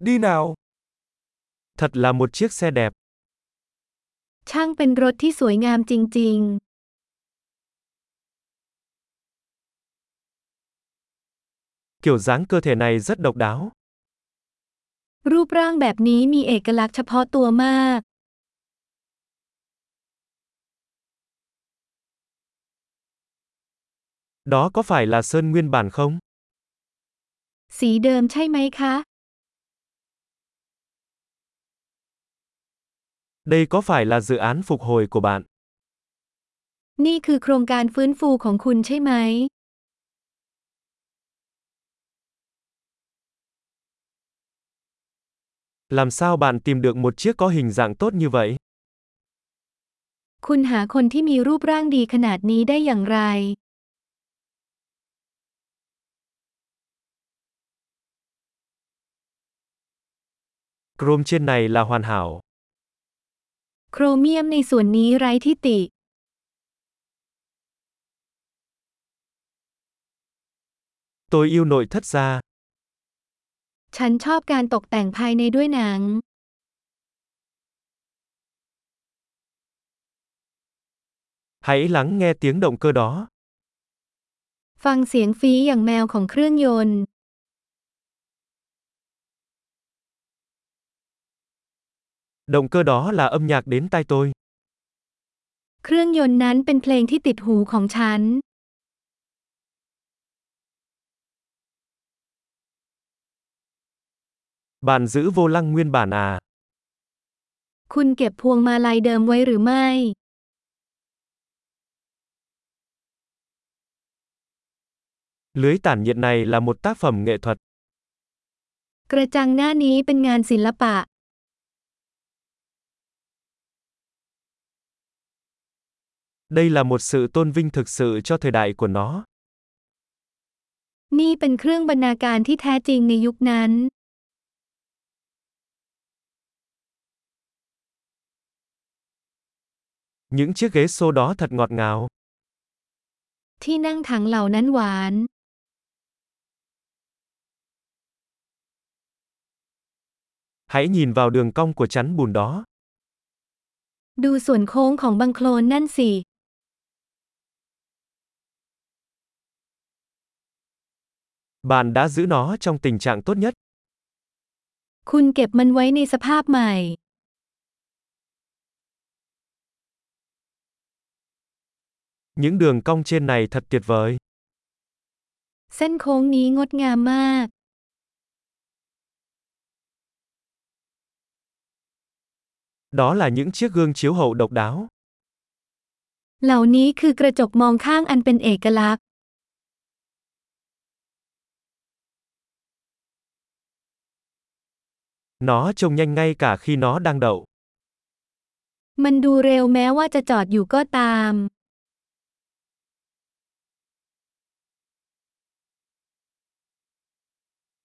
đi nào. Thật là một chiếc xe đẹp. ช่างเป็นรถที่สวยงามจริง Kiểu dáng cơ thể này rất độc đáo. ๆ รูปร่างแบบนี้มีเอกลักษณ์เฉพาะตัวมาก Đó có phải là sơn nguyên bản không? สีเดิมใช่ไหมคะ Đây có phải là dự án phục hồi của bạn? นี่คือโครงการฟื้นฟูของคุณใช่ไหม Làm sao bạn tìm được một chiếc có hình dạng tốt như vậy? คุณหาคนที่มีรูปร่างดีขนาดนี้ได้อย่างไร Chrome trên này là hoàn hảo. โครเมียมในส่วนนี้ไร้ที่ติ Tôi yêu nội thất da. ฉันชอบการตกแต่งภายในด้วยหนัง Hãy lắng nghe tiếng động cơ đó. ฟังเสียงฟีอย่างแมวของเครื่องยนต์ Động cơ đó là âm nhạc đến tai tôi. เครื่องยนต์นั้นเป็นเพลงที่ติดหูของฉัน Bạn giữ vô lăng nguyên bản à? คุณเก็บพวงมาลัยเดิมไว้หรือไม่ Lưới tản nhiệt này là một tác phẩm nghệ thuật. กระจังหน้านี้เป็นงานศิลปะ Đây là một sự tôn vinh thực sự cho thời đại của nó. นี่เป็นเครื่องบรรณาการที่แท้จริงในยุคนั้น Những chiếc ghế xô đó thật ngọt ngào. ที่นั่งถังเหล่านั้นหวาน Hãy nhìn vào đường cong của chắn bùn đó. ดูส่วนโค้งของบังโคลนนั่นสิ Bạn đã giữ nó trong tình trạng tốt nhất. คุณเก็บมันไว้ในสภาพใหม่ Những đường cong trên này thật tuyệt vời. เส้นโค้งนี้งดงามมาก Đó là những chiếc gương chiếu hậu độc đáo. เหล่านี้คือกระจกมองข้างอันเป็นเอกลักษณ์ Nó trông nhanh ngay cả khi nó đang đậu. มันดูเร็วแม้ว่าจะจอดอยู่ก็ตาม